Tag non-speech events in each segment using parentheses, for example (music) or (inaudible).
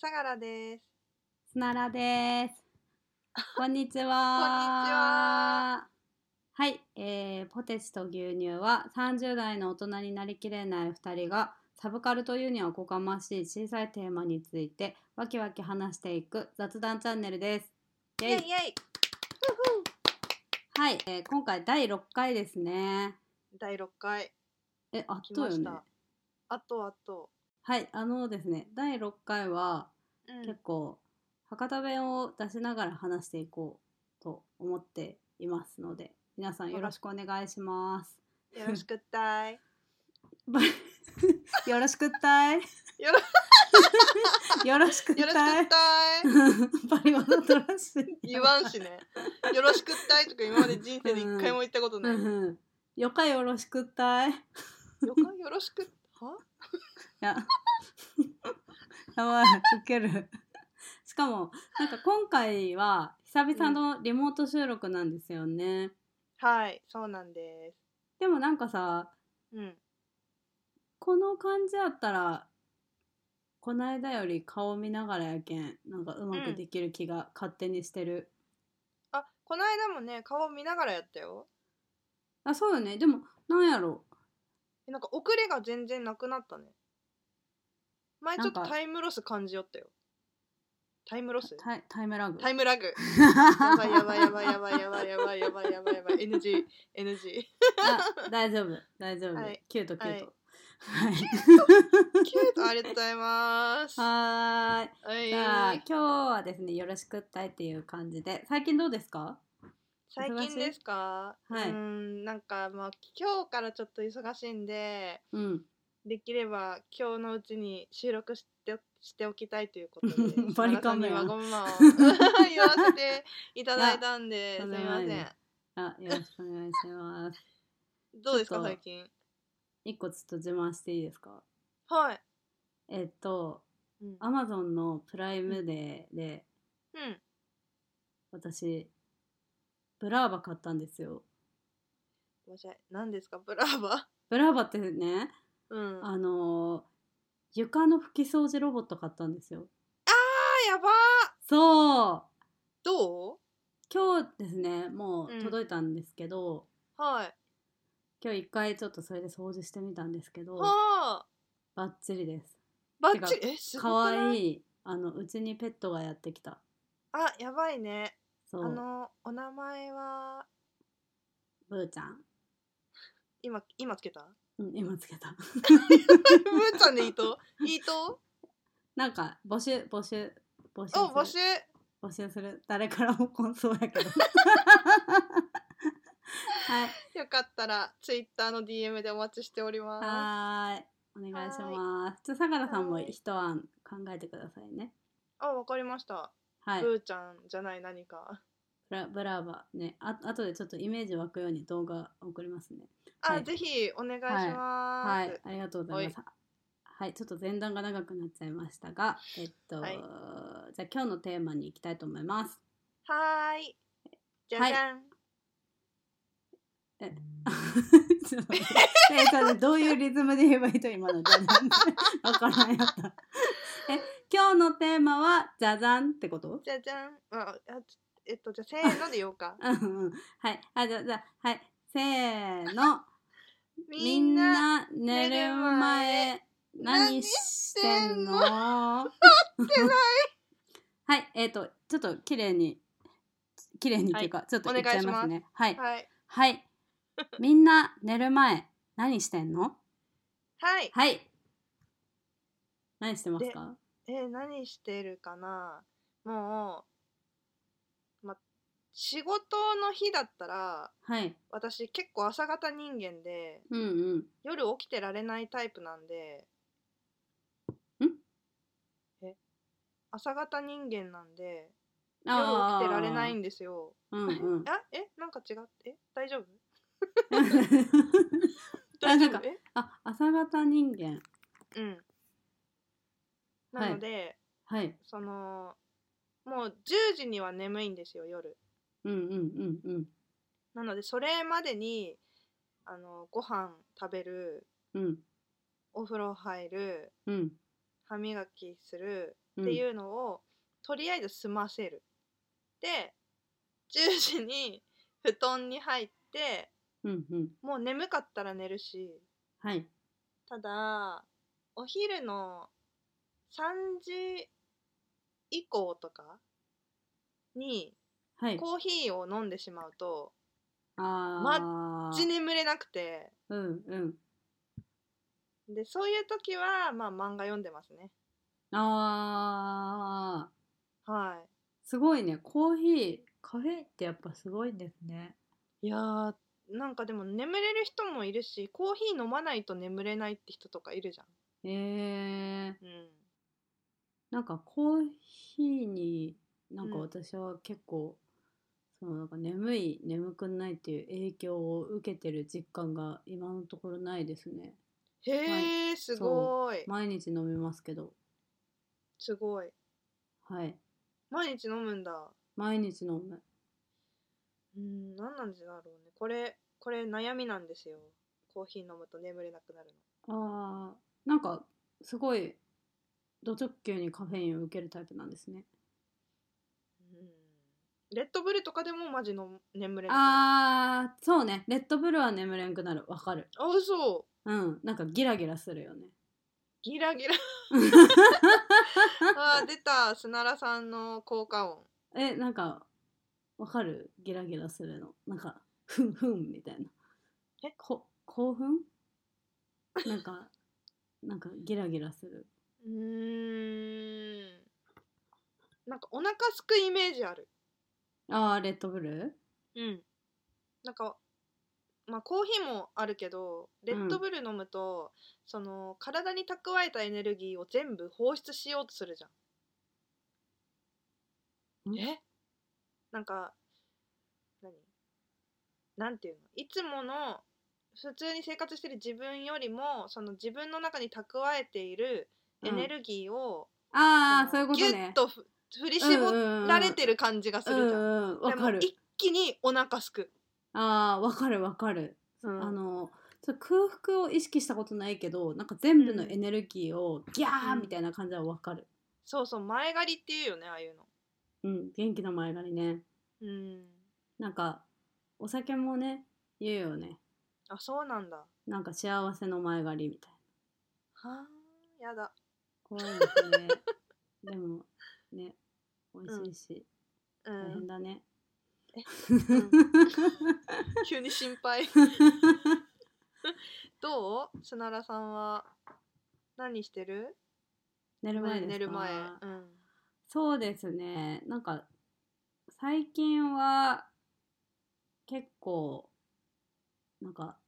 相良です。すならです。こんにちは。ははい、えーポテチと牛乳は30代の大人になりきれない2人がサブカルというにはおこがましい小さいテーマについてわきわき話していく雑談チャンネルです。イイェェイイイェイはい、えー今回第6回ですね。第6回え、あっ来とまよしねた。。あとあと。はい、あのですね、第6回はうん結構博多弁を出しながら話していこうと思っていますので皆さんよろしくお願いします。よろしくったい。 (laughs) よろしくったい。よろ (laughs) よろしくっよろしくたっい。た (laughs) い。バリわざとらしい。言わんしね。よろしくったいとか今まで人生で一回も言ったことうない。よんうんよかよろしくったい。いかよろしく。はや、やばい、ウケる。しかも、なんか今回は久々のリモート収録なんですよね。はい、そうなんででもなんかさ、す。うん。この感じやったらこないだより顔見ながらやけんなんかうまくできる気が勝手にしてる、あ、この間もね、顔見ながらやったよ。あそうよねでもなんやろえなんか遅れが全然なくなったね。前ちょっとなんかタイムロス感じよったよ。タイムロスタイタイムラグタイムラグ。 (laughs) やばいやばいやばいやばいやばいやばいやばいやばいやばい NG NG あ大丈夫大丈夫、はいキュートキュートはいキュートありがとうございますははーいいじゃあ今日はですねよろしくったいっていう感じで最近どうですか最近ですか忙しいうーんなんかまあ今日からちょっと忙しいんでうんできれば今日のうちに収録してしておきたいということ (laughs) でバリカンにやはごめんを (laughs) 言わせていただいたんでい (laughs) すみませやとんでもないんであよろしくお願いしますどうですちかょっと最近一個ちょっと自慢していいですかはいえっとうんアマゾンのプライムデーで、うん私ブラーバ買ったんですよごめんなさい何ですかブラーバブラーバってねうんああのー床の拭き掃除ロボット買ったんですよやばーそうどう今日ですねもうんう届いたんですけど、はい今日一回ちょっとそれで掃除してみたんですけどはあバッチリですバッチリえすかわいいいあのうちにペットがやってきたあやばいねそあうのお名前はブーちゃん、今今つけた (laughs) うん、今つけたブーちゃんでいいといいと (laughs) なんか募集募集募集するお募集募集する誰からも来んそうや (laughs) けどはいよかったらツイッターの DM でお待ちしておりまはーいお願いしますじゃあ相良さんもはーい一案考えてくださいねすあわかりました、はいブーちゃんじゃない何かブラブラーバねああとでちょっとイメージ湧くように動画送りますねあ、はいぜひお願いします、はいありがとうございますはいちょっと前段が長くなっちゃいましたがえっと、はいじゃあ今日のテーマに行きたいと思います (laughs) はーいじゃじゃん、ちょっと待ってえそれどういうリズムで言えばいいと今のじゃじゃんってわからんやったえ今日のテーマはじゃじゃんってことじゃじゃんああちえっとじゃあせーので言おうかうんうんはいあじゃあじゃあはいせーのみ (laughs) みんんなな寝る前何してんの待ってない (laughs) はいえっ、とちょっと綺麗に綺麗にっていうか、ちょっと言っちゃいますねはいはいはいみんな寝る前何してんのはいはい。何してますかえー何してるかなもう、ま、仕事の日だったらはい。私結構朝方人間でうんうん。夜起きてられないタイプなんでえ朝方人間なんで夜起きてられないーんですようん (laughs) うん。 (laughs) あえなんか違ってえ大丈夫あ大丈なんか夫えあ、朝方人間。うんはいなので、はい。そのもう10時には眠いんですよ夜うんうんうんなのでそれまでにあのご飯食べるうん。うんお風呂入るうん。歯磨きするうんっていうのを、とりあえず済ませるで10時に布団に入ってうんうんもう眠かったら寝るしはいただお昼の3時以降とかにはいコーヒーを飲んでしまうとああうち眠れなくてうんうんでそういう時はまあ漫画読んでますねああはすごいねコーヒーカフェってやっぱすごいんですねいいやーなんかでも眠れる人もいるしコーヒー飲まないと眠れないって人とかいるじゃえんうー、んなんかコーヒーになんかうん私は結構、そのなんか眠い眠くないっていう影響を受けてる実感が今のところないですねへえすごい毎日飲みますけどすごいはい毎日飲むんだ毎日飲むうん何なんだろうねこれこれ悩みなんですよコーヒー飲むと眠れなくなるあーなんかすごいド直球にカフェインを受けるタイプなんですねのうんレッドブルとかでもマジの眠れなあーそうねレッドブルは眠れんくなるわかるいあ嘘うんなんかギラギラするよねギラギ (laughs) ラあー出たすならさんの効果音えなんかわかるギラギラするのなんかふんふんみたいなえこ興奮なんかなんかギラギラするうーんなんかお腹すくイメージあるああレッドブルうんなんかまあコーヒーもあるけどレッドブル飲むと、その体に蓄えたエネルギーを全部放出しようとするじゃんんえなんか何なんていうのいつもの普通に生活してる自分よりもその自分の中に蓄えているエネルギーを、ああそそうのいうことねギュッとふ振り絞られてる感じがすうんるうじゃん。んうんわ、でかもる一気にお腹すく。ああわかるわかる、うんあのちょっと空腹を意識したことないけどなんか全部のうんエネルギーをギャーうんみたいな感じはわかるそうそう前借りっていうよねああいうの。うん元気の前借りねうん。なんかお酒もね言うよねあそうなんだ。はなんか幸せの前借りみたいなあやだ。怖いで (laughs) すねでもね美味しいし、う大変ん。だねうん (laughs) 急に心配。 (laughs) どう？すならさんは何してる？ (laughs) 寝る前ですか寝る前。うん。そうですねなんか最近は結構なんか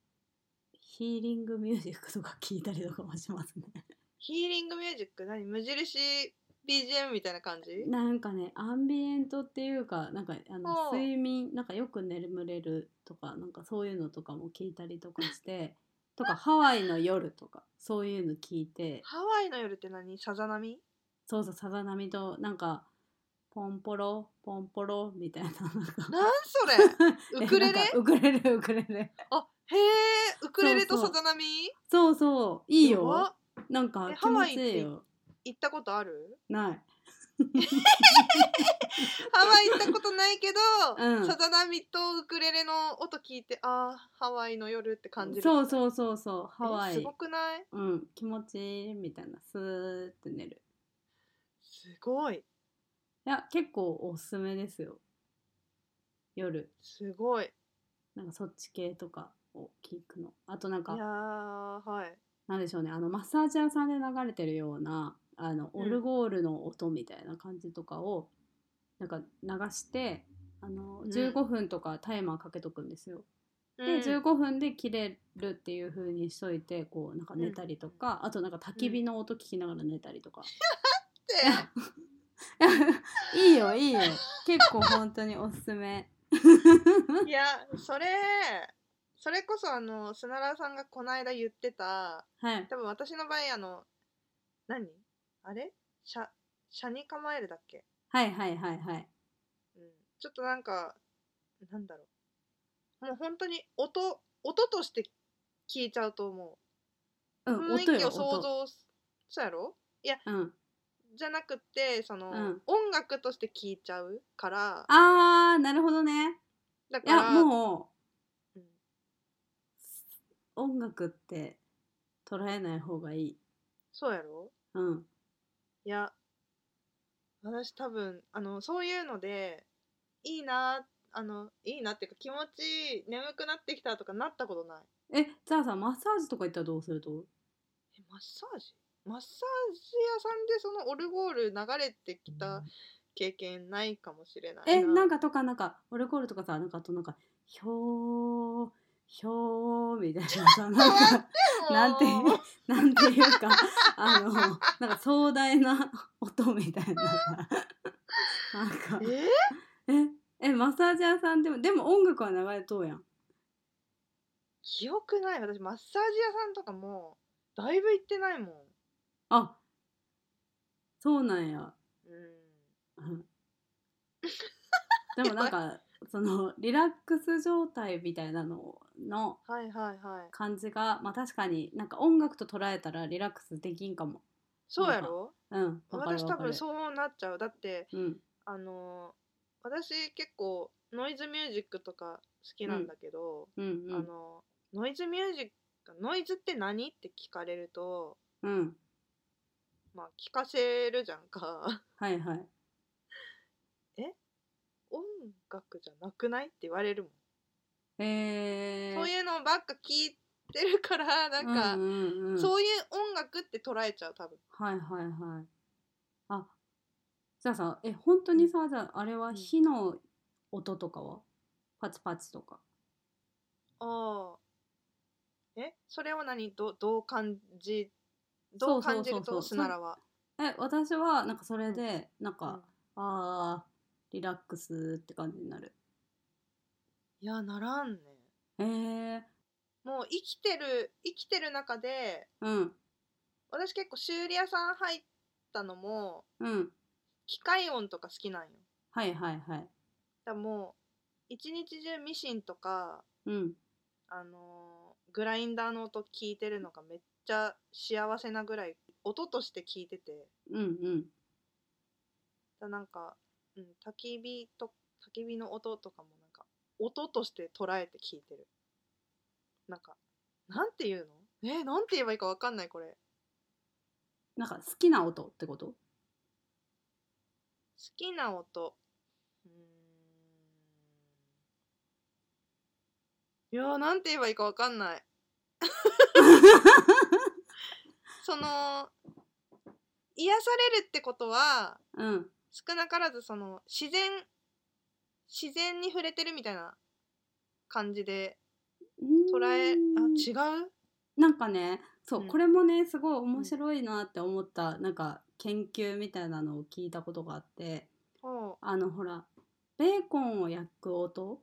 ヒーリングミュージックとか聞いたりとかもしますね (laughs) ヒーリングミュージック何無印 BGM みたいな感じ？なんかねアンビエントっていうかなんかあのほう睡眠なんかよく眠れるとかなんかそういうのとかも聞いたりとかして (laughs) とかハワイの夜とかそういうの聞いてハワイの夜って何？さざ波？ (laughs) そうそうさざ波となんかポンポロポンポロみたいななんかなんそれ？ウクレ (laughs) レえなんかウクレレウクレレあへえウクレレとそうそうさざ波そうそういいやよばなんかえ気ハ持ワイっちていいよ行ったことあるないハワイ行ったことないけうんどさざ波とウクレレの音聞いてあーハワイの夜って感じるそううそうそうそうハワすイごくないうん気持ちいいみたいなスーって寝るすごいいや結構おすすめですよ夜すごいいなんかそっち系とかを聞くのあとなんやーかはいなんでしょうねあのマッサージ屋さんで流れてるようなあのうんオルゴールの音みたいな感じとかを、なんか流してあのん15分とかタイマーかけとくんですよ。うでん15分で切れるっていう風にしといてこうなんか寝たりとか、あとなんか焚き火の音聞きながら寝たりとか。っていいよいいよ結構本当におすすめ。いやそれそれこそあのすならさんがこの間言ってたはい。多分私の場合あの何あれシャシャに構えるだっけはいはいはいはい。うんちょっとなんか、なんだろう。もう本当に音、音として聞いちゃうと思うう。ん、雰音囲気よを想音。像す、そうやろうん、じゃなくってその、うん音楽として聴いちゃうからあーなるほどねだいかやらもうんう音楽って捉えない方がいいそうやろうんいや私多分あのそういうのでいいなあのいいなっていうか気持ちいい眠くなってきたとかなったことないえじゃあさマッサージとか行ったらどうするとえマッサージマッサージ屋さんでそのオルゴール流れてきた経験ないかもしれないえなんかとかなんかオルゴールとかさなんかあとなんかひょーひょーみたいなさなんかなんていう (laughs) なんていうかあのなんか壮大な音みたいなさなんか (laughs) えええマッサージ屋さんでもでも音楽は流れとうやん記憶ない私マッサージ屋さんとかもうだいぶ行ってないもんあそうなんやうん (laughs) うんでもなんかそのリラックス状態みたいなののはいはいはい感じがまあ確かになんか音楽と捉えたらリラックスできんかもそうやろうんわかる私多わか分るそうなっちゃうだってうんあのー私結構ノイズミュージックとか好きなんだけど、うんうあんのノイズミュージックノイズって何って聞かれるとうんまあ聞かせるじゃんか (laughs) はいはい音楽じゃなくないって言われるもん、えー、そういうのばっか聞いてるから (laughs) なんか、うんうんうん、そういう音楽って捉えちゃう多分はいはいはいあじゃあさえ本当にさじゃああれは火の音とかはパチパチとかああえそれを何どどう感じどう感じるそうそうそうとそうすならはえ私はなんかそれでなんか、あーリラックスって感じになるいやならんねえー、もう生きてる生きてる中でうん私結構修理屋さん入ったのもうん機械音とか好きなんよはいはいはいだからもう一日中ミシンとかうんあのーグラインダーの音聞いてるのがめっちゃ幸せなぐらい音として聞いててうんうんだなんか、うん、焚き火と焚き火の音とかもなんか音として捉えて聞いてるなんかなんて言うのえなんて言えばいいかわかんないこれ好なんか好きな音ってこときな音うーんいやーなんて言えばいいかわかん (laughs) ないその癒されるってことはうん少なからずその自然自然に触れてるみたいな感じで捉えあうーん違うなんかねそう、うんこれもねすごい面白いなって思ったなんか研究みたいなのを聞いたことがあってほあのほらベーコンを焼く音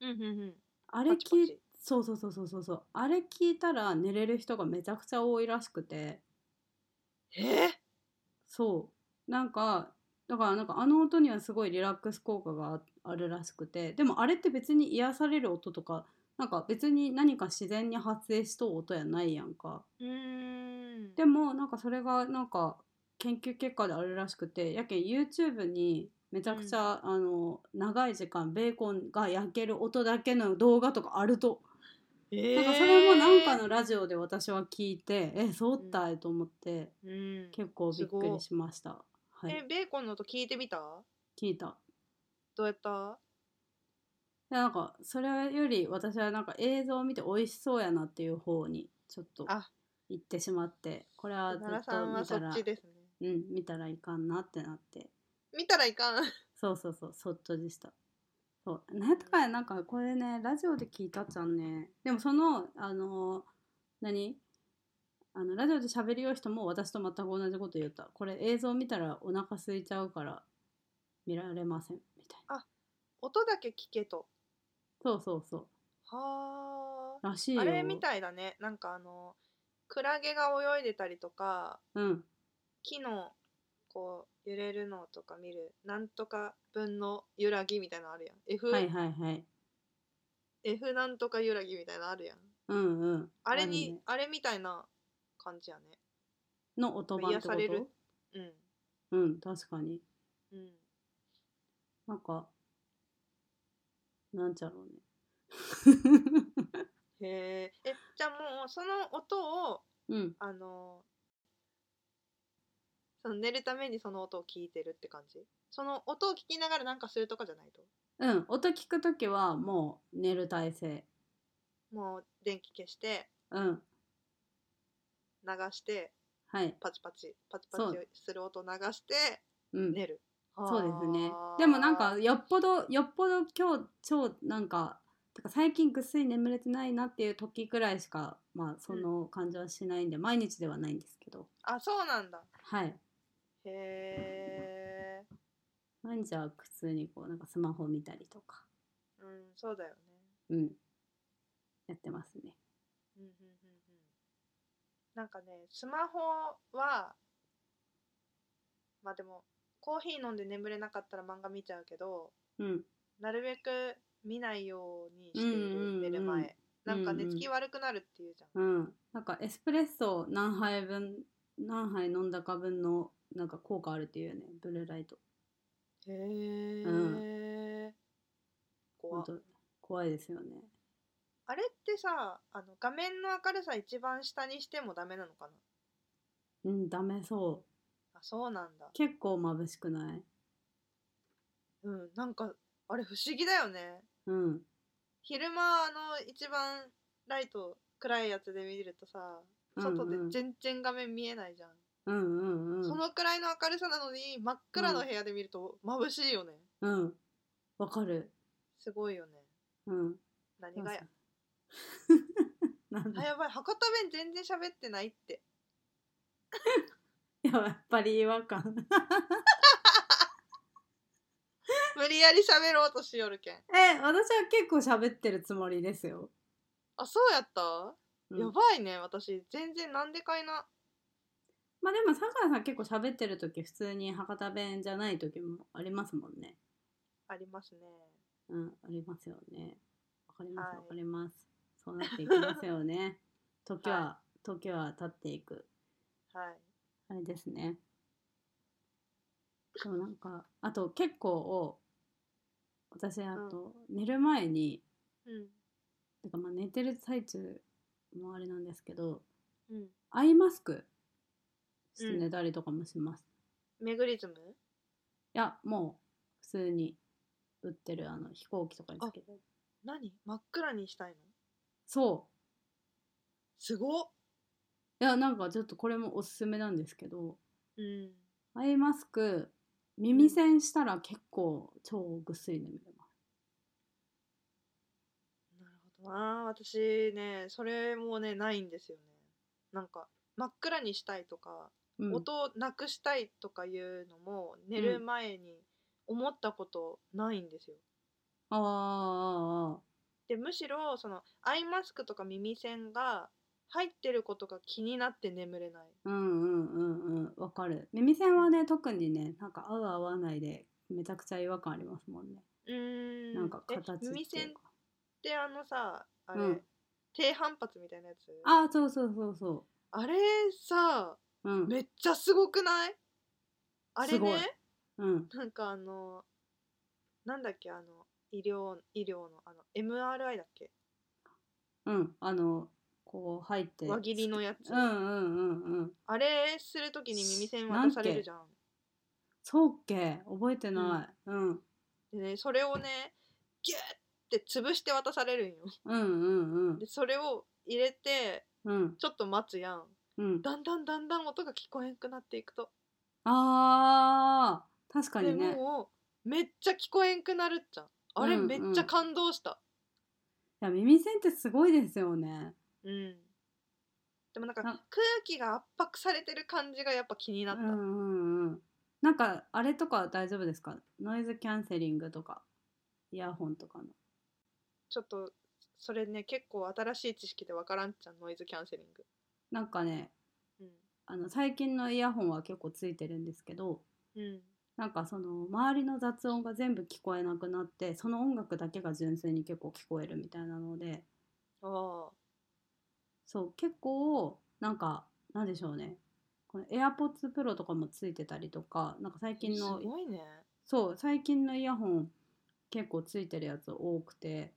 ううんうんうんあれパチパ聞いチそうそうそうそうそうそうあれ聞いたら寝れる人がめちゃくちゃ多いらしくてえそうなんかだからなんかあの音にはすごいリラックス効果がああるらしくてでもあれって別に癒される音とかなんか別に何か自然に発生しとう音やないやんかうーんでもなんかそれがなんか研究結果であるらしくてやけん YouTube にめちゃくちゃ、あの長い時間ベーコンが焼ける音だけの動画とかあるとえなんかそれもなんかのラジオで私は聞いてえそうったいと思ってうん結構びっくりしましたはえいベーコンの音聞いてみた聞いたどうやったでなんかそれより私はなんか映像を見て美味しそうやなっていう方にちょっとあ行ってしまってこれはずっ奈良さとんは見そたっらちですねうん見たらいかんなってなって見たらいかん (laughs) そうそうそうそっとでしたそうなんやったかやなんかこれねラジオで聞いたっちゃんねでもそのあの何あのラジオで喋るよう人も私と全く同じこと言ったこれ映像見たらお腹空いちゃうから見られませんみたい音だけ聞けとなそうそうそはうらしーいよあれみたいだねなんかあのクラゲが泳いでたりとかうん木のこう揺れるのとか見るなんとか分の揺らぎみたいなのあるやん F,、はいはいはい F なんとか揺らぎみたいなのあるやんうんうんあれるにねあれみたいな感じやねの音版ってこ癒されるとうんうん確かにうんなんかなんちゃろうね (laughs) へーえじゃあもうその音をうんあのその寝るためにその音を聞いてるって感じその音を聞きながらなんかするとかじゃないとうん音聞くときはもう寝る体勢もう電気消してうん流してはいパチパチパチそパチうする音流してうん寝る、そうですねあーでもなんかよっぽどよっぽど今日超なんかてか最近ぐっすり眠れてないなっていう時くらいしかまあその感じはしないんで、毎日ではないんですけどあそうなんだはいへえ毎日は普通にこうなんかスマホ見たりとかうんそうだよねうんやってますねうんうんうんうんなんかねスマホはまあでもコーヒー飲んで眠れなかったら漫画見ちゃうけどうんなるべく見ないようにしている、うんうんうん寝る前なんか寝つきは悪くなるっていうじゃん、うんなんかエスプレッソを何杯分何杯飲んだか分のなんか効果あるっていうよねブルーライトへえ、怖本っ当怖いですよねあれってさあの画面の明るさ一番下にしてもダメなのかなうんダメそうあそうなんだ結構眩しくないうんなんかあれ不思議だよねうん昼間あの一番ライト暗いやつで見るとさ外でうんうん全然画面見えないじゃん、うんうんうんそのくらいの明るさなのに真っ暗の部屋で見ると眩しいよねうんわかるすごいよねうん何がやそうそう (laughs) なん (laughs) あだやばい博多弁全然喋ってないってやっぱり違和感 (laughs) 無理やり喋ろうとしよるけんえ私は結構喋ってるつもりですよ、あそうやった、うんやばいね私全然なんでかいなまあでも酒井さん結構喋ってる時普通に博多弁じゃない時もありますもんねありますねうん、ありますよね。わかりまはす、いわかります。そうなっていきますよね。(laughs) 時は、時は経っていく。はいあれですね。でもなんか、あと結構、私、あと、寝る前に、うんてかまあ寝てる最中もあれなんですけど、うんアイマスクしてうん寝たりとかもします。メグリズムいや、もう、普通に売ってる、あの、飛行機とかにつけて。何真っ暗にしたいのそう。すごっいやなんかちょっとこれもおすすめなんですけどうんアイマスク耳栓したら結構超ぐっすり眠れますなるほどな私ねそれもねないんですよねなんか真っ暗にしたいとか、うん、音をなくしたいとかいうのも寝る前に思ったことないんですよああでむしろそのアイマスクとか耳栓が入ってることが気になって眠れないうんうんうんうんわかる耳栓はね特にねなんか合う合わないでめちゃくちゃ違和感ありますもんね、うーんなんかえ形ってい耳うか栓ってあのさあれ、うん低反発みたいなやつあああそうそうそうそれさううんめっちゃすごくないあれすごいねうんなんかあのなんだっけあの医療医療のあの MRI だっけうんあのこう入って輪切りのやつ、うんうんうんうんあれするときに耳栓渡されるじゃんそうっけ覚えてない、うん、うんでねそれをねギューって潰して渡されるんようんうんでそれを入れてうんちょっと待つやんうんだんだんだんだん音が聞こえんくなっていくとあー確かでにねもうめっちゃ聞こえんくなるじゃんあれうんうんめっちゃ感動したいや耳栓ってすごいですよねうん、でもなんかな空気が圧迫されてる感じがやっぱ気にうなった、んうんうんなんかあれとか大丈夫ですかノイズキャンセリングとかイヤホンとかのちょっとそれね結構新しい知識でわからんじゃんノイズキャンセリング、なんかねあの最近のイヤホンは結構ついてるんですけどうんうん、なんかその周りの雑音が全部聞こえなくなってその音楽だけが純粋に結構聞こえるみたいなのでああそう結構なんかなんでしょうねここの AirPods Pro とかもついてたりとかなんか最近のすごいね。そう最近のイヤホン結構ついてるやつ多くて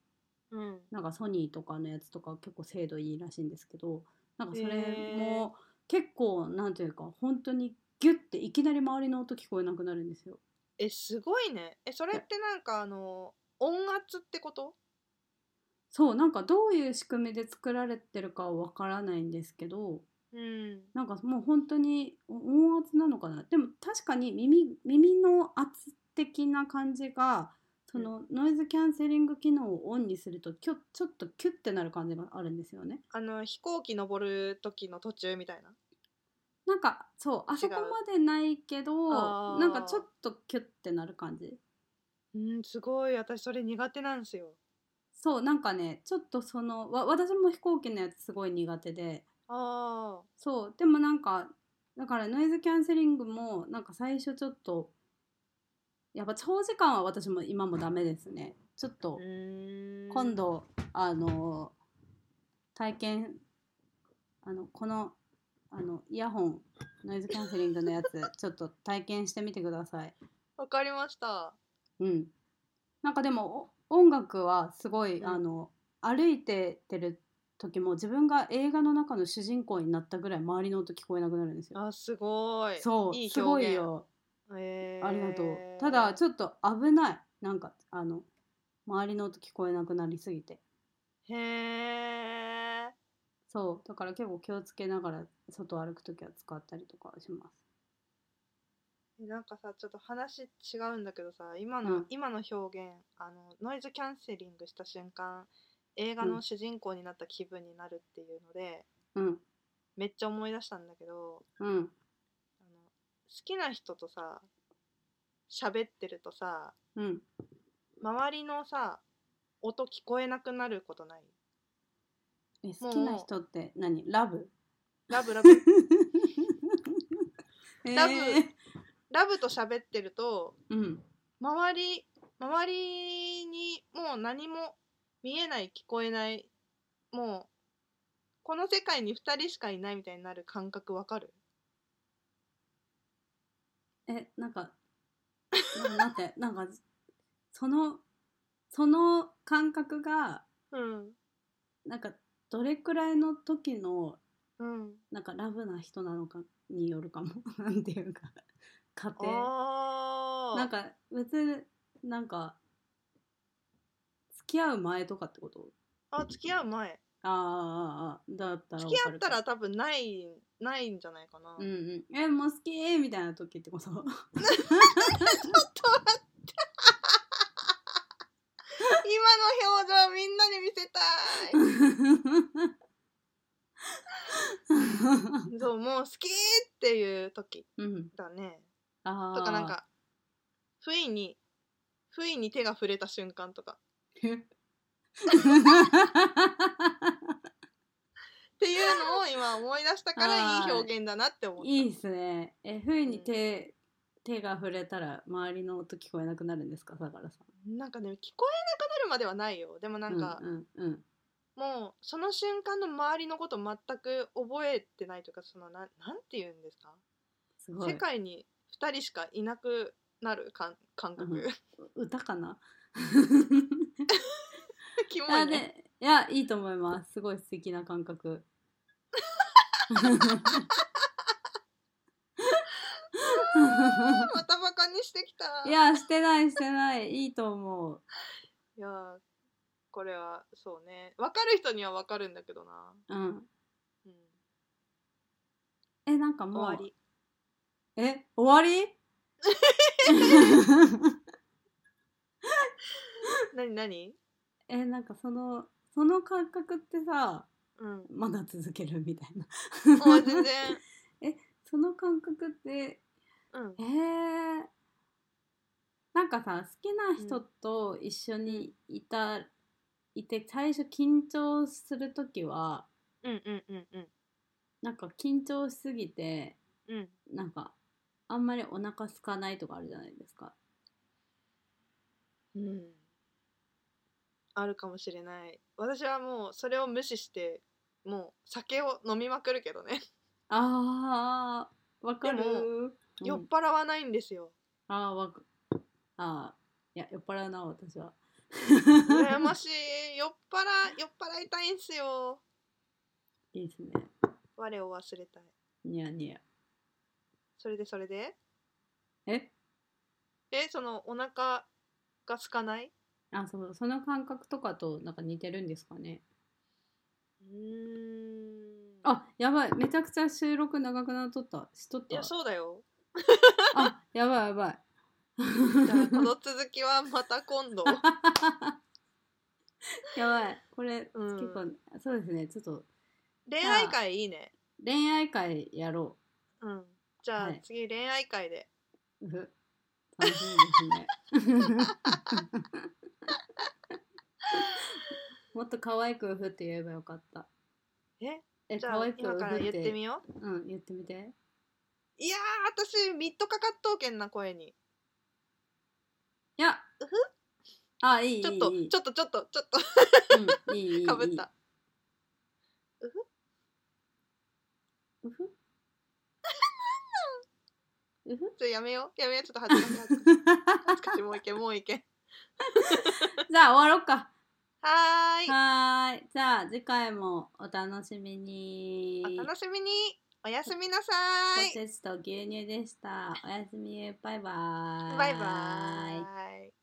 うん。なんかソニーとかのやつとか結構精度いいらしいんですけどなんかそれへーも結構なんていうか本当にギュッていきなり周りの音聞こえなくなるんですよ。え、すごいね。え、それってなんかあの、音圧ってことそうなんかどういう仕組みで作られてるかはわからないんですけどうん。なんかもう本当に音圧なのかなでも確かに耳耳の圧的な感じがそのノイズキャンセリング機能をオンにするときょちょっとキュッてなる感じがあるんですよね。あの、飛行機登る時の途中みたいな。なんかそうあそこまでないけあどーなんかちょっとキュッてなる感じうん、すごい。私それ苦手なんですよ。そうなんかねちょっとそのわ私も飛行機のやつすごい苦手でああ。そうでもなんかだからノイズキャンセリングもなんか最初ちょっとやっぱ長時間は私も今もダメですねちょっとうーん。今。度あの体験あのこのあのイヤホンノイズキャンセリングのやつちょっと体験してみてくださいわかりました。うんなんかでもお音楽はすごい、うんあの歩いてってる時も自分が映画の中の主人公になったぐらい周りの音聞こえなくなるんですよあ、すごい。そういい表現すごいよ、えーありがとうただちょっと危ないなんかあの周りの音聞こえなくなりすぎてへえ。そうだから結構気をつけながら外歩く時は使ったりとかしますなんかさちょっと話違うんだけどさ今の、うん今の表現あのノイズキャンセリングした瞬間映画うのん主人公になった気分になるっていうので、うんめっちゃ思い出したんだけどうんあの好きな人とさ喋ってるとさうん周りのさ音聞こえなくなることないえ好きな人って何ラブラブラ (laughs) ブラブラブと喋ってると (laughs) うん周り周りにもう何も見えない聞こえないもうこの世界に2人しかいないみたいになる感覚わかるえなんかな (laughs) なんてなんかそのその感覚がうんなんかどれくらいの時のうんなんかラブな人なのかによるかも (laughs) なんていうか家庭あーなんか別になんか付き合う前とかってことあ付き合う前あーあーあーだったら付わきか合っるたから多分ないないんじゃないかな、うんうんえもう好きみたいな時ってこと (laughs) (laughs) 今の表情みんなに見せたいそうもう好きっていう時うんだねあーとかなんか不意に不意に手が触れた瞬間とかっていうのを今思い出したから (laughs) あーいい表現だなって思った。 (laughs) いいっすね。え、ふうに手、手が触れたら周りの音聞こえなくなるんですか、相良さ。なんかね聞こえなくなるまではないよでもなんんか、うんうんうん。もうその瞬間の周りのこと全く覚えてないというかそのなんなんて言うんですか、すごい世。界に2人しかいなくなる感感覚、うん歌かな。 (laughs) キモあいねで、いや、いいと思います。すごい素敵な感 (laughs) 覚。またバカにしてきたいや、してない、してない、いいと思う。いやーこれはそうね分かる人には分かるんだけどな、うん。うん、え、なんかもう。終わりえ、終わり。 (laughs) 何何え、なんかその、その感覚ってさ、 (laughs) うんまだ続けるみたいな。もう全然 (laughs) その感覚ってうんえー、なんかさ好きな人と一緒にいた、いて最初緊張する時はうんうんうんうんなんか緊張しすぎてうんなんかあんまりお腹空かないとかあるじゃないですかうん、あるかもしれない私はもうそれを無視してもう酒を飲みまくるけどねあーわかるでもうん酔っ払わないんですよ。あーわかあーいや酔っ払うな私は羨ましい。酔っ払い、酔っ払いたいんすよ。いいですね我を忘れたい。ニヤニヤそれでそれでええ、そのお腹が空かないあそうその感覚とかとなんか似てるんですかねうーん。あやばいめちゃくちゃ収録長くなっとったしといったや、そうだよ。あやばいやばいじゃあ、この続きはまた今 (laughs) 度。やばいこれ、うん結構そうですねちょっと恋愛会いいね。恋愛会やろうん。じゃあ、はい次恋愛会で。ううふ楽しみ (laughs) ですねもっと可愛く「ふ」って言えばよかったええじゃ可あ、愛く今からふ言ってみよう。うん言ってみていやー、私、ミッドかかっとうけんな、声に。いやうふあいいちょっと、いいちょっと、ちょっと、ちょっと。うんいいいいかぶった。うふうふちょやめよう。やめよう。ちょっと恥ずかしい。恥 (laughs) ず (laughs) かしい。もういけん、もういけん。じゃあ終わろうかはーい。はーいじゃあ次回もお楽しみにお楽しみに。おやすみなさポテチと牛乳でしたおやすみバイバーイい。バイバーイ。